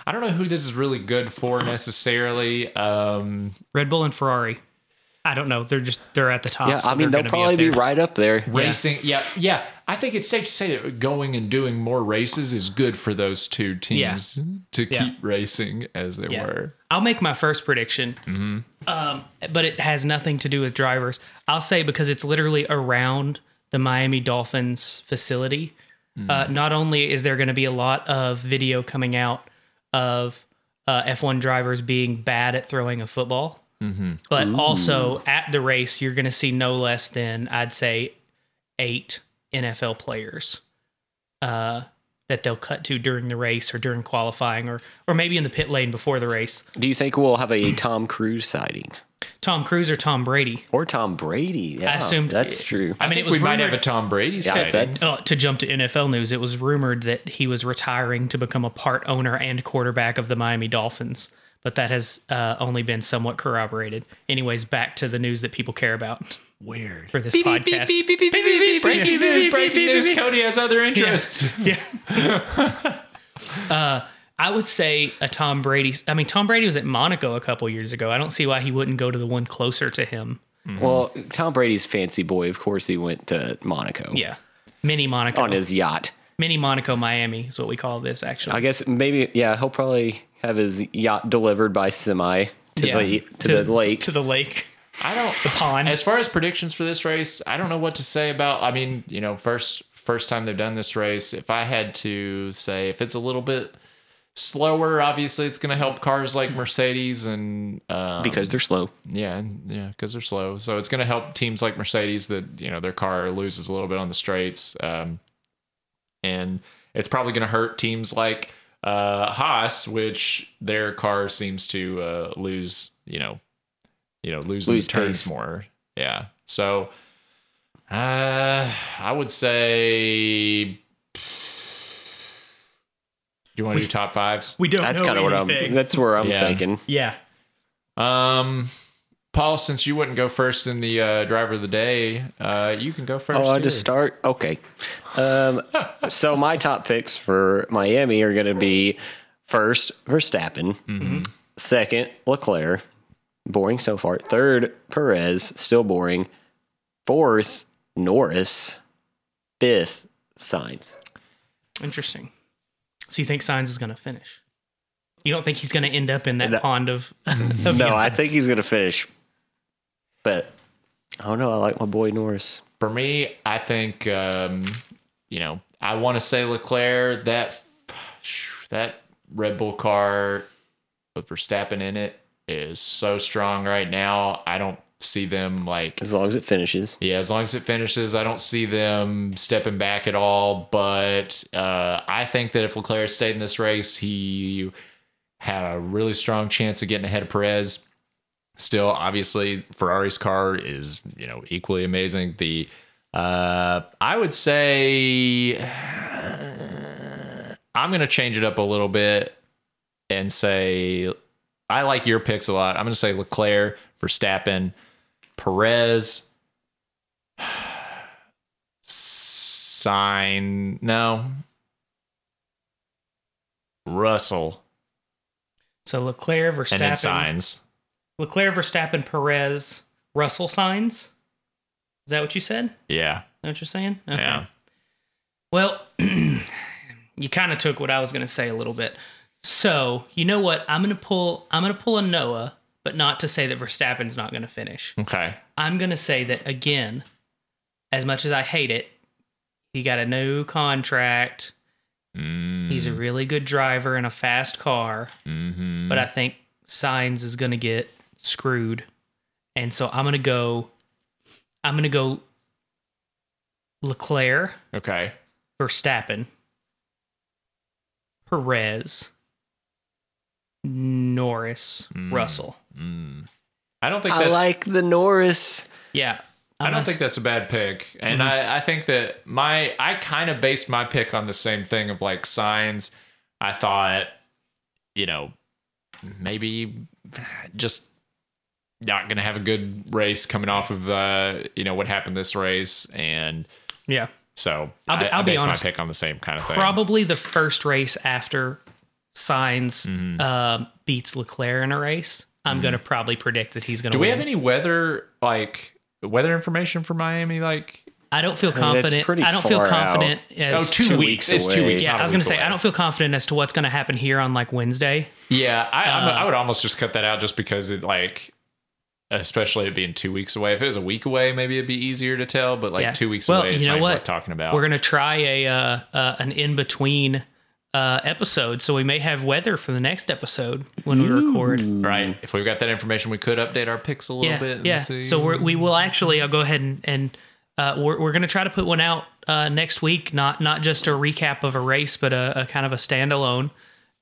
S1: I don't know who this is really good for necessarily. Um
S3: Red Bull and Ferrari. I don't know. They're just they're at the top.
S2: Yeah,
S3: so
S2: I mean
S3: they're gonna
S2: they'll probably
S3: up
S2: be,
S3: there.
S2: right up there.
S1: racing yeah yeah i think it's safe to say that going and doing more races is good for those two teams to
S3: Yeah.
S1: keep racing as they
S3: Yeah.
S1: were
S3: I'll make my first prediction, um, but it has nothing to do with drivers. I'll say because it's literally around the Miami Dolphins facility. Uh, not only is there going to be a lot of video coming out of uh, F1 drivers being bad at throwing a football, but also at the race, you're going to see no less than, I'd say, eight NFL players uh, that they'll cut to during the race or during qualifying or or maybe in the pit lane before the race.
S2: Do you think we'll have a Tom Cruise sighting?
S3: Tom Cruise or Tom Brady.
S2: Or Tom Brady. Yeah,
S3: I assumed
S2: that's true.
S3: I mean, it was
S1: we might have
S3: rumored-
S1: a Tom Brady
S2: yeah,
S1: sighting.
S2: that's
S3: Oh, to jump to NFL news, it was rumored that he was retiring to become a part owner and quarterback of the Miami Dolphins, but that has uh, only been somewhat corroborated. Anyways, back to the news that people care about
S1: weird.
S3: for this podcast.
S1: Breaking news, breaking news. Cody has other interests.
S3: Uh, I would say a Tom Brady. I mean, Tom Brady was at Monaco a couple years ago. I don't see why he wouldn't go to the one closer to him.
S2: well, Tom Brady's fancy boy. Of course, he went to Monaco.
S3: Yeah, mini Monaco,
S2: on his yacht.
S3: mini Monaco, Miami is what we call this actually.
S2: I guess maybe yeah, he'll probably have his yacht delivered by semi to
S3: Yeah.
S2: the to, the lake.
S3: to the lake,
S1: I don't.
S3: the pond.
S1: As far as predictions for this race, I don't know what to say about. I mean, you know, first first time they've done this race. If I had to say, if it's a little bit slower, obviously it's going to help cars like Mercedes and uh,
S2: because they're slow.
S1: yeah, and- yeah, because they're slow. So it's going to help teams like Mercedes that you know their car loses a little bit on the straights, um, and it's probably going to hurt teams like uh, Haas, which their car seems to uh, lose. You know, you know, lose,
S2: Lose
S1: lose turns
S2: pace.
S1: more. Yeah. So uh, I would say. You want to do top fives?
S3: we don't.
S2: That's
S3: know
S2: kind of what I'm.
S3: anything.
S2: That's where I'm
S1: Yeah.
S2: thinking.
S3: yeah,
S1: Um, Paul, since you wouldn't go first in the uh, driver of the day, uh, you can go first.
S2: Oh, I
S1: here.
S2: just start. Okay. Um, so my top picks for Miami are going to be first Verstappen,
S3: Mm-hmm.
S2: second Leclerc, boring so far. Third Perez, still boring. Fourth Norris, fifth Signs.
S3: interesting. So you think Signs is going to finish? You don't think he's going to end up in that
S2: No.
S3: pond of? of
S2: No, I
S3: yards?
S2: think he's going to finish, but I don't know. I like my boy Norris.
S1: For me, I think um, you know I want to say Leclerc that that Red Bull car with Verstappen in it is so strong right now. I don't see them like
S2: As long as it finishes,
S1: Yeah, as long as it finishes, I don't see them stepping back at all. But uh, I think that if Leclerc stayed in this race, he had a really strong chance of getting ahead of Perez. Still, obviously, Ferrari's car is you know equally amazing. The uh, I would say I'm gonna change it up a little bit and say I like your picks a lot. I'm gonna say Leclerc, Verstappen, Perez, Sign no. Russell
S3: so. Leclerc
S1: and then
S3: Verstappen,
S1: signs.
S3: Leclerc Verstappen, Perez, Russell Signs. Is that what you said? Is
S1: Yeah.
S3: that what you're saying? Okay.
S1: Yeah.
S3: Well, you kind of took what I was going to say a little bit. So you know what? I'm going to pull. I'm going to pull a Noah, but not to say that Verstappen's not going to finish.
S1: Okay.
S3: I'm going to say that again, as much as I hate it, he got a new contract. He's a really good driver in a fast car,
S1: Mm-hmm.
S3: but I think Signs is going to get screwed. And so I'm going to go, I'm going to go Leclerc,
S1: Okay.
S3: Verstappen, Perez, Norris,
S1: Hmm.
S3: Russell.
S1: I don't think
S2: I
S1: that's,
S2: like the Norris.
S3: Yeah.
S1: I
S3: I'm
S1: don't
S3: gonna
S1: think that's a bad pick. And
S3: Mm-hmm.
S1: I, I think that my I kind of based my pick on the same thing of like signs. I thought, you know, maybe just not gonna have a good race coming off of uh, you know, what happened this race and
S3: Yeah.
S1: So
S3: I'll be-
S1: I-
S3: I'll
S1: I
S3: be
S1: base
S3: honest.
S1: my pick on the same kind of thing.
S3: probably the first race after Signs
S1: Hmm.
S3: um, beats Leclerc in a race. I'm gonna probably predict that he's gonna.
S1: Do we
S3: win.
S1: have any weather like weather information for Miami? Like
S3: I don't feel
S2: mean, it's
S3: confident. I,
S2: pretty
S3: don't feel
S2: far
S3: confident.
S1: oh,
S3: As
S1: two
S3: to-
S1: weeks.
S2: weeks
S1: It's two
S2: away.
S1: weeks.
S3: Yeah,
S1: not
S3: I
S1: a
S3: was gonna
S1: week
S3: say
S1: away.
S3: I don't feel confident as to what's gonna happen here on like Wednesday.
S1: Yeah, I I'm-
S3: uh,
S1: I would almost just cut that out just because it like, especially it being two weeks away. If it was a week away, maybe it'd be easier to tell. But like
S3: Yeah.
S1: two weeks
S3: Well,
S1: away,
S3: you
S1: it's
S3: know
S1: not even
S3: what?
S1: worth talking about.
S3: We're gonna try a uh, uh, an in between uh, episode, so we may have weather for the next episode when we record.
S1: right. If we've got that information, we could update our picks a little
S3: yeah,
S1: bit. And
S3: yeah.
S1: See.
S3: So we're, we will actually. I'll go ahead and, and uh, we're we're gonna try to put one out uh, next week. Not not just a recap of a race, but a, a kind of a standalone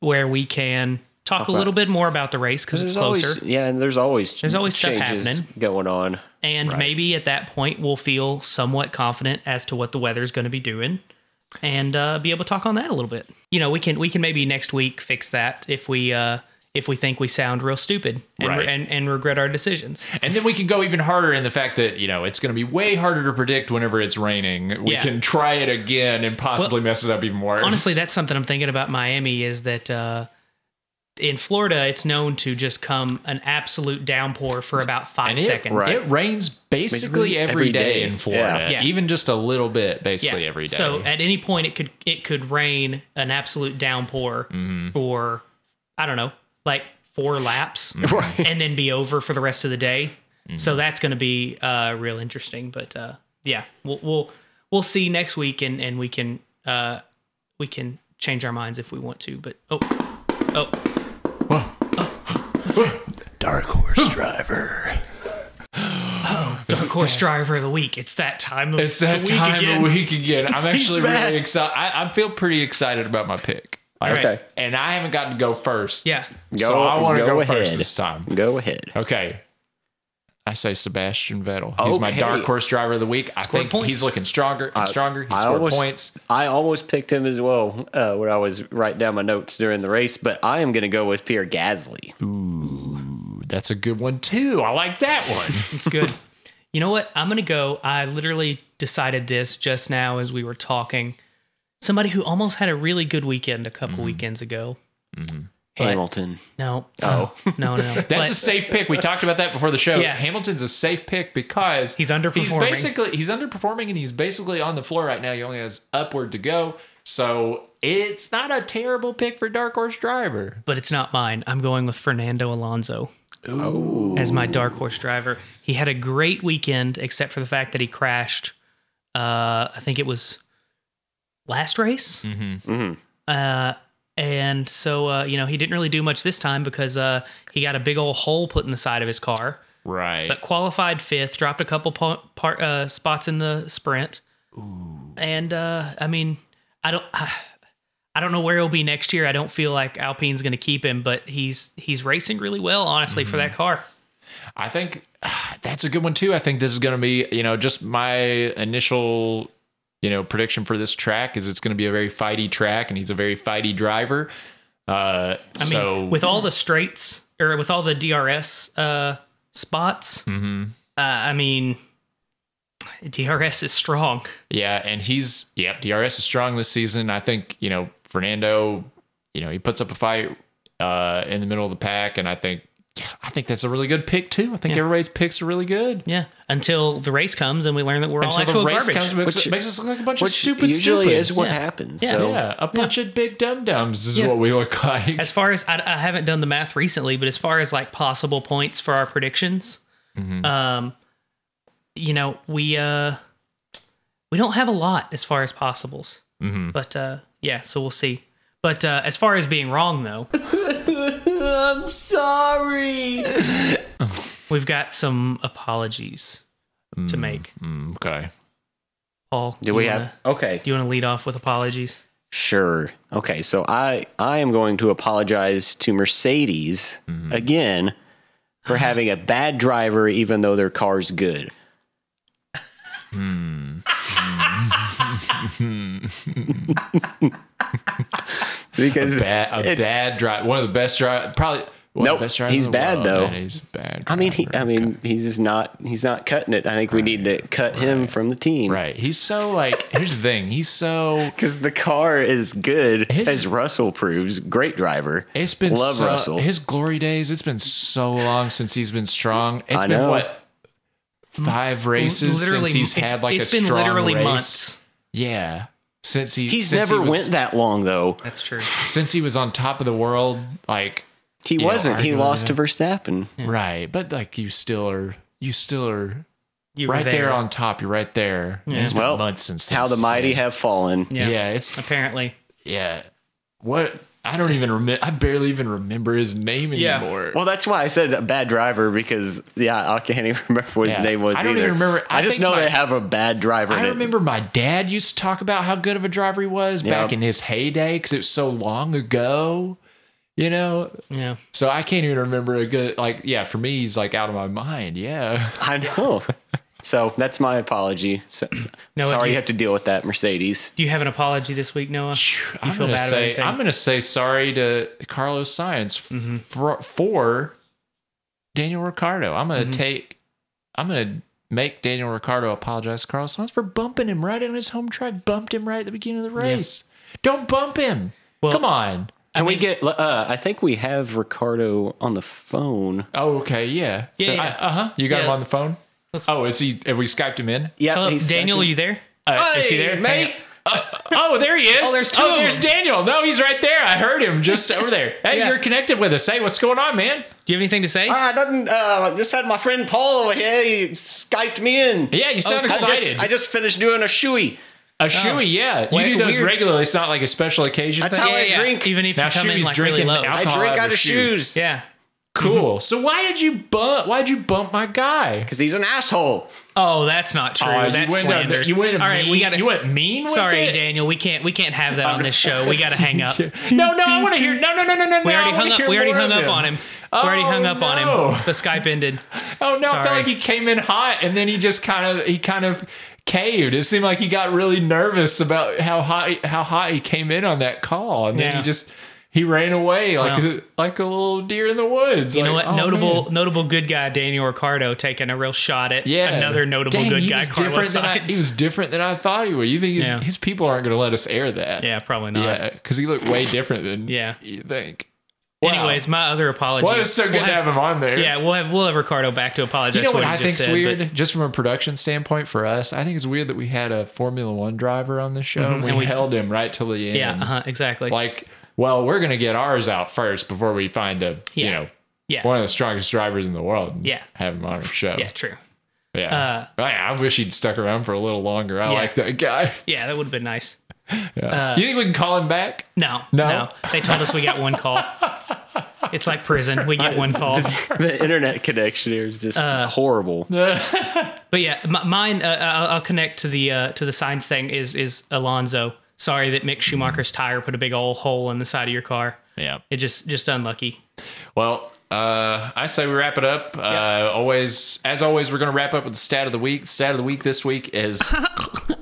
S3: where we can talk a little bit more about the race because it's
S2: There's
S3: closer.
S2: always yeah, and there's always
S3: There's always stuff
S2: changes
S3: happening.
S2: going on.
S3: and maybe at that point, we'll feel somewhat confident as to what the weather's going to be doing and uh, be able to talk on that a little bit. You know, we can we can maybe next week fix that if we uh, if we think we sound real stupid and,
S1: Right.
S3: and, and regret our decisions.
S1: And then we can go even harder in the fact that, you know, it's going to be way harder to predict whenever it's raining. We
S3: Yeah.
S1: can try it again and possibly mess it up even worse.
S3: Honestly, that's something I'm thinking about Miami is that uh, in Florida, it's known to just come an absolute downpour for about five
S1: And it,
S3: seconds.
S2: Right.
S1: it rains basically
S2: Basically
S1: every
S2: every
S1: day,
S2: day.
S1: in Florida,
S3: Yeah. Yeah.
S1: even just a little bit, basically every day.
S3: So at any point, it could it could rain an absolute downpour
S1: Mm-hmm.
S3: for I don't know, like four laps, and then be over for the rest of the day.
S1: Mm-hmm.
S3: So that's going to be uh, real interesting. But uh, yeah, we'll, we'll we'll see next week, and and we can uh, we can change our minds if we want to. But oh oh.
S2: Dark horse driver.
S3: Oh, Dark Horse Driver of the Week. It's that time of
S1: it's that
S3: the week
S1: time
S3: again.
S1: of week again. I'm actually
S2: back.
S1: really excited. I, I feel pretty excited about my pick. Like,
S3: right.
S2: Okay.
S1: And I haven't gotten to go first.
S3: Yeah.
S1: so I want to go, first
S2: ahead.
S1: this time.
S2: Go ahead.
S1: Okay. I say Sebastian Vettel. He's my
S2: Okay.
S1: dark horse driver of the week. I
S3: Scored
S1: think
S3: points.
S1: he's looking stronger and stronger. He
S2: I
S1: scored
S2: almost,
S1: points.
S2: I almost picked him as well uh, when I was writing down my notes during the race, but I am going to go with Pierre Gasly.
S1: That's a good one too. I like that one.
S3: It's good. you know what? I'm gonna go. I literally decided this just now as we were talking. Somebody who almost had a really good weekend a couple weekends ago. But-
S2: Hamilton.
S3: No. Oh. No. No. That's
S1: That's a safe pick. We talked about that before the show.
S3: Yeah.
S1: Hamilton's a safe pick because
S3: He's underperforming.
S1: basically he's underperforming and he's basically on the floor right now. He only has upward to go. So it's not a terrible pick for dark horse driver.
S3: but it's not mine. I'm going with Fernando Alonso as my dark horse driver. He had a great weekend, except for the fact that he crashed. Uh, I think it was last race. Mm-hmm. Uh, and so, uh, you know, he didn't really do much this time because uh, he got a big old hole put in the side of his car.
S1: Right.
S3: But qualified fifth, dropped a couple po- par- uh, spots in the sprint. And uh, I mean, I don't, I, don't know where he'll be next year. I don't feel like Alpine's going to keep him, but he's he's racing really well, honestly, for
S1: Mm-hmm.
S3: that car.
S1: I think ah, that's a good one too. I think this is going to be, you know, just my initial, you know, prediction for this track is it's going to be a very fighty track, and he's a very fighty driver. Uh,
S3: I mean,
S1: so
S3: with all the straights or with all the DRS uh, spots,
S1: Mm-hmm.
S3: uh, I mean, DRS is strong.
S1: yeah, and he's yep, DRS is strong this season. I think you know Fernando, you know, he puts up a fight uh, in the middle of the pack, and I think. I think that's a really good pick too. I think everybody's picks are really good.
S3: Yeah, until the race comes and we learn that we're all
S1: Until
S3: actual
S1: the race
S3: garbage.
S1: comes, makes,
S2: Which-
S1: makes us look like a bunch of
S2: Which
S1: stupid.
S2: usually
S1: stupids.
S2: is what
S3: Yeah.
S2: happens.
S3: Yeah.
S2: so
S1: Yeah, a bunch of big dum dums is what we look like.
S3: as far as I, I haven't done the math recently, but as far as like possible points for our predictions,
S1: Mm-hmm.
S3: um, you know, we uh, we don't have a lot as far as possibles,
S1: Mm-hmm.
S3: but uh, yeah, so we'll see. But uh, as far as being wrong, though,
S2: I'm sorry.
S3: we've got some apologies
S1: Mm-hmm.
S3: to make.
S1: Mm, okay.
S3: Paul,
S2: Do we
S3: you
S2: have
S3: wanna-
S2: okay?
S3: Do you want to lead off with apologies?
S2: Sure. Okay. So I I am going to apologize to Mercedes
S1: Mm-hmm.
S2: again for having a bad driver, even though their car's good.
S1: Hmm.
S2: because
S1: Bad, a
S2: it's-
S1: bad drive. One of the best drive. Probably. One of
S2: Nope,
S1: the best drivers
S2: he's
S1: in the
S2: bad,
S1: world.
S2: though.
S1: Man, he's bad.
S2: I mean, he, I mean, he's just not he's not cutting it. I think we need to cut him from the team.
S1: right. He's so like. Here's the thing. He's so.
S2: Because the car is good,
S1: His-
S2: as Russell proves. Great driver.
S1: It's been
S2: love
S1: so-
S2: Russell.
S1: His glory days. It's been so long since he's been strong. It's
S2: I
S1: been
S2: know.
S1: what five races since he's
S3: it's-
S1: had like
S3: it's
S1: a
S3: been
S1: strong
S3: literally
S1: race.
S3: months.
S1: Yeah. Since he
S2: he's
S1: since
S2: never
S1: he was,
S2: went that long though.
S3: That's true.
S1: since he was on top of the world. Like
S2: He
S1: know,
S2: wasn't. he
S1: arguably,
S2: lost to Verstappen.
S1: right, but like you still are. You still are
S3: You were
S1: right there. on top. You're right there. And It's been
S2: Well,
S1: months since
S2: How the
S1: this.
S2: mighty have fallen.
S3: Yeah.
S1: yeah it's
S3: apparently.
S1: yeah. What I don't even remember. I barely even remember his name
S3: Yeah.
S1: anymore.
S2: Well, that's why I said a bad driver because yeah, I can't even remember what his
S1: Yeah.
S2: name was
S1: I don't
S2: either.
S1: even remember-
S2: I,
S1: I
S2: just
S1: think
S2: know
S1: my-
S2: they have a bad driver.
S1: I
S2: in it.
S1: remember my dad used to talk about how good of a driver he was back
S2: Yeah.
S1: in his heyday because it was so long ago. You know,
S3: Yeah.
S1: so I can't even remember a good like. Yeah, for me, he's like out of my mind. Yeah,
S2: I know. So that's my apology. So,
S3: No,
S2: sorry
S3: you-
S2: you have to deal with that, Mercedes.
S3: Do you have an apology this week, Noah?
S1: I'm
S3: feel
S1: gonna
S3: bad or
S1: say
S3: anything?
S1: I'm gonna say sorry to Carlos Science for, for Daniel Ricardo. I'm gonna take. I'm gonna make Daniel Ricardo apologize to Carlos Science for bumping him right on his home track. Bumped him right at the beginning of the race. Don't bump him.
S3: Well-
S1: Come on.
S2: Can we get? Uh, I think we have Ricardo on the phone.
S1: Oh, okay. Yeah.
S3: Yeah, yeah.
S1: Uh huh. You got
S3: Yeah.
S1: him on the phone. oh, is he? Have we skyped him in?
S2: Yeah,
S3: Hello,
S2: he's-
S3: Oh, Daniel, are you there?
S1: Uh,
S2: Hey,
S1: is he there?
S2: mate.
S1: Hang on. Oh, there he is.
S3: Oh, there's two of
S1: there's
S3: them.
S1: Daniel. No, he's right there. I heard him just over there. Hey,
S3: Yeah.
S1: you're connected with us. Hey, what's going on, man?
S3: Do you have anything to say?
S2: I didn't. Uh, I just had my friend Paul over here. He skyped me in.
S1: Yeah, you sound
S3: I
S2: I
S1: excited.
S2: just, I just finished doing a shoey.
S1: a shoey, yeah. You
S3: Wait,
S1: do those
S3: Oh. weird.
S1: regularly. It's not like a special occasion.
S2: That's
S1: thing.
S2: how I drink.
S3: Even if
S1: Now
S3: you come in
S1: Shuey's
S3: like really
S1: drinking
S3: low.
S1: alcohol.
S2: I drink
S1: out
S2: out
S1: of
S2: of
S1: shoes.
S2: shoes
S3: Yeah.
S1: cool. So why did you bump? Why did you bump my guy?
S2: because he's an asshole.
S3: Oh, that's not true.
S1: Aw,
S3: that's
S1: you went, down
S3: slander.
S1: there- you went.
S3: All right,
S1: mean,
S3: we got
S1: You went mean. with
S3: Sorry,
S1: it?
S3: Daniel. We can't. We can't have that on this show. We got to hang up.
S1: No, no, I want to hear. No, no, no, no, no. no,
S3: We
S1: I
S3: already
S1: wanna
S3: hung up.
S1: hear
S3: We already
S1: more
S3: hung
S1: of
S3: up on him.
S1: Oh,
S3: we already hung up on
S1: no.
S3: him. The Skype ended.
S1: Oh no, I felt
S3: Sorry.
S1: like he came in hot and then he just kind of he kind of caved. It seemed like he got really nervous about how hot how hot he came in on that call, and then
S3: Yeah.
S1: he just he ran away like
S3: Well.
S1: a, like a little deer in the woods.
S3: You know what? notable,
S1: oh, Man.
S3: notable good guy Daniel Ricardo taking a real shot at
S1: Yeah,
S3: another notable
S1: Dang,
S3: good
S1: he
S3: guy
S1: was
S3: Carlos
S1: different than I, He
S3: Sainz.
S1: was different than I thought he would. You think his,
S3: Yeah.
S1: his people aren't going to let us air that?
S3: yeah, probably not.
S1: yeah, because he looked way different than
S3: Yeah.
S1: you think. Wow.
S3: Anyways, my other apology.
S1: well, it's so good
S3: we'll
S1: to have him on there.
S3: Yeah, we'll have we'll have Ricardo back to apologize.
S1: You know
S3: for
S1: what
S3: he
S1: I
S3: just
S1: think's
S3: said, but-
S1: weird, just from a production standpoint for us. I think it's weird that we had a Formula One driver on the show and we,
S3: Mm-hmm, and we-
S1: held him right till the end.
S3: Yeah, uh-huh, exactly.
S1: Like, well, we're gonna get ours out first before we find a you
S3: Yeah.
S1: know
S3: yeah,
S1: one of the strongest drivers in the world. And
S3: Yeah.
S1: have him on our show.
S3: yeah, true.
S1: Yeah.
S3: Uh,
S1: But yeah, I wish he'd stuck around for a little longer. I
S3: Yeah. Uh,
S1: like that guy.
S3: Yeah, that would have been nice.
S1: Yeah. you think we can call him back?
S3: No,
S1: No?
S3: no, They told us we got one call. It's like prison. We get one call.
S2: the internet connection here is just horrible.
S3: But yeah, m- mine. Uh, I'll, I'll connect to the uh, to the signs thing. Is is Alonso? Sorry that Mick Schumacher's tire put a big old hole in the side of your car.
S1: Yeah.
S3: It just just unlucky.
S1: Well, uh, I say we wrap it up. Uh, always, as always, we're gonna wrap up with the stat of the week. The stat of the week this week is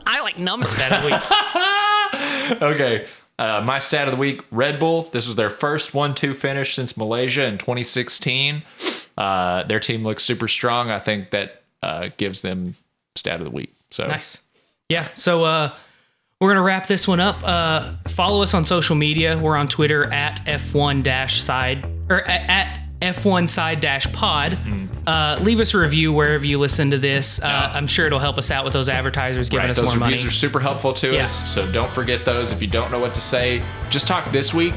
S3: I like numbers that week.
S1: okay. Uh, my stat of the week Red Bull. This was their first 1 2 finish since Malaysia in 2016. Uh, their team looks super strong. I think that uh, gives them stat of the week. So
S3: Nice. Yeah. So uh, we're gonna wrap this one up. Uh, follow us on social media. We're on Twitter at f1 dash side or a- at f1 side dash pod.
S1: Hmm.
S3: Uh, leave us a review wherever you listen to this. Uh, I'm sure it'll help us out with those advertisers giving
S1: Right,
S3: us
S1: those
S3: more
S1: reviews
S3: money.
S1: are super helpful to
S3: Yeah.
S1: us. So don't forget those. If you don't know what to say, just talk this week.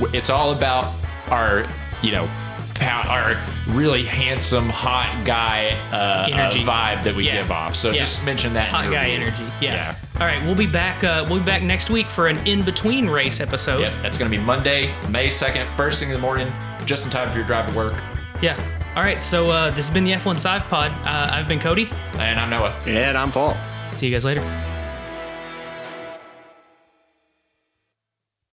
S1: W- It's all about our, you know, pow- our really handsome hot guy uh, uh,
S3: Energy.
S1: vibe that we
S3: Yeah.
S1: give off. So
S3: Yeah.
S1: just mention that. in
S3: Hot
S1: your
S3: guy
S1: review.
S3: energy. Yeah.
S1: Yeah.
S3: All right, we'll be back. Uh, we'll be back next week for an in between race episode.
S1: Yep, that's going to be Monday, May 2nd, first thing in the morning, just in time for your drive to work.
S3: Yeah. All right. So uh, this has been the F1 Side Pod. Uh, I've been Cody.
S1: And I'm Noah.
S2: Yeah, and I'm Paul.
S3: See you guys later.